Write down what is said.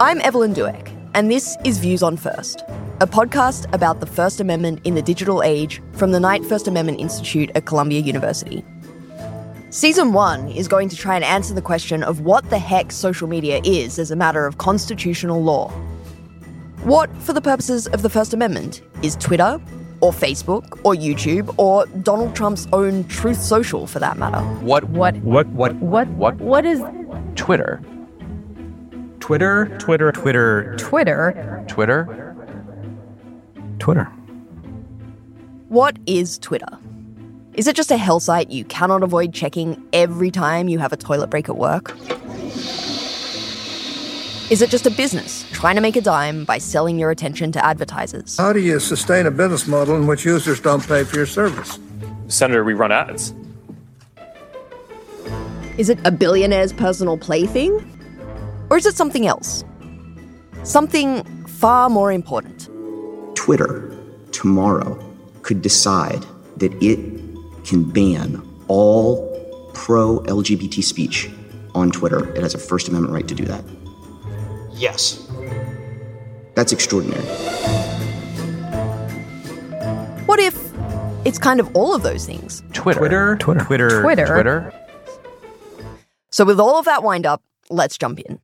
I'm Evelyn Dueck, and this is Views on First, a podcast about the First Amendment in the digital age from the Knight First Amendment Institute at Columbia University. Season 1 is going to try and answer the question of what the heck social media is as a matter of constitutional law. What, for the purposes of the First Amendment, is Twitter, or Facebook, or YouTube, or Donald Trump's own Truth Social for that matter? What What? What? What? What? What? What is Twitter? Twitter? Twitter? Twitter? Twitter? Twitter? Twitter. What is Twitter? Is it just a hell site you cannot avoid checking every time you have a toilet break at work? Is it just a business trying to make a dime by selling your attention to advertisers? How do you sustain a business model in which users don't pay for your service? Senator, we run ads. Is it a billionaire's personal plaything? Or is it something else? Something far more important. Twitter tomorrow could decide that it can ban all pro LGBT speech on Twitter. It has a First Amendment right to do that. Yes. That's extraordinary. What if it's kind of all of those things? Twitter? Twitter? Twitter? Twitter? Twitter? So, with all of that wind up, let's jump in.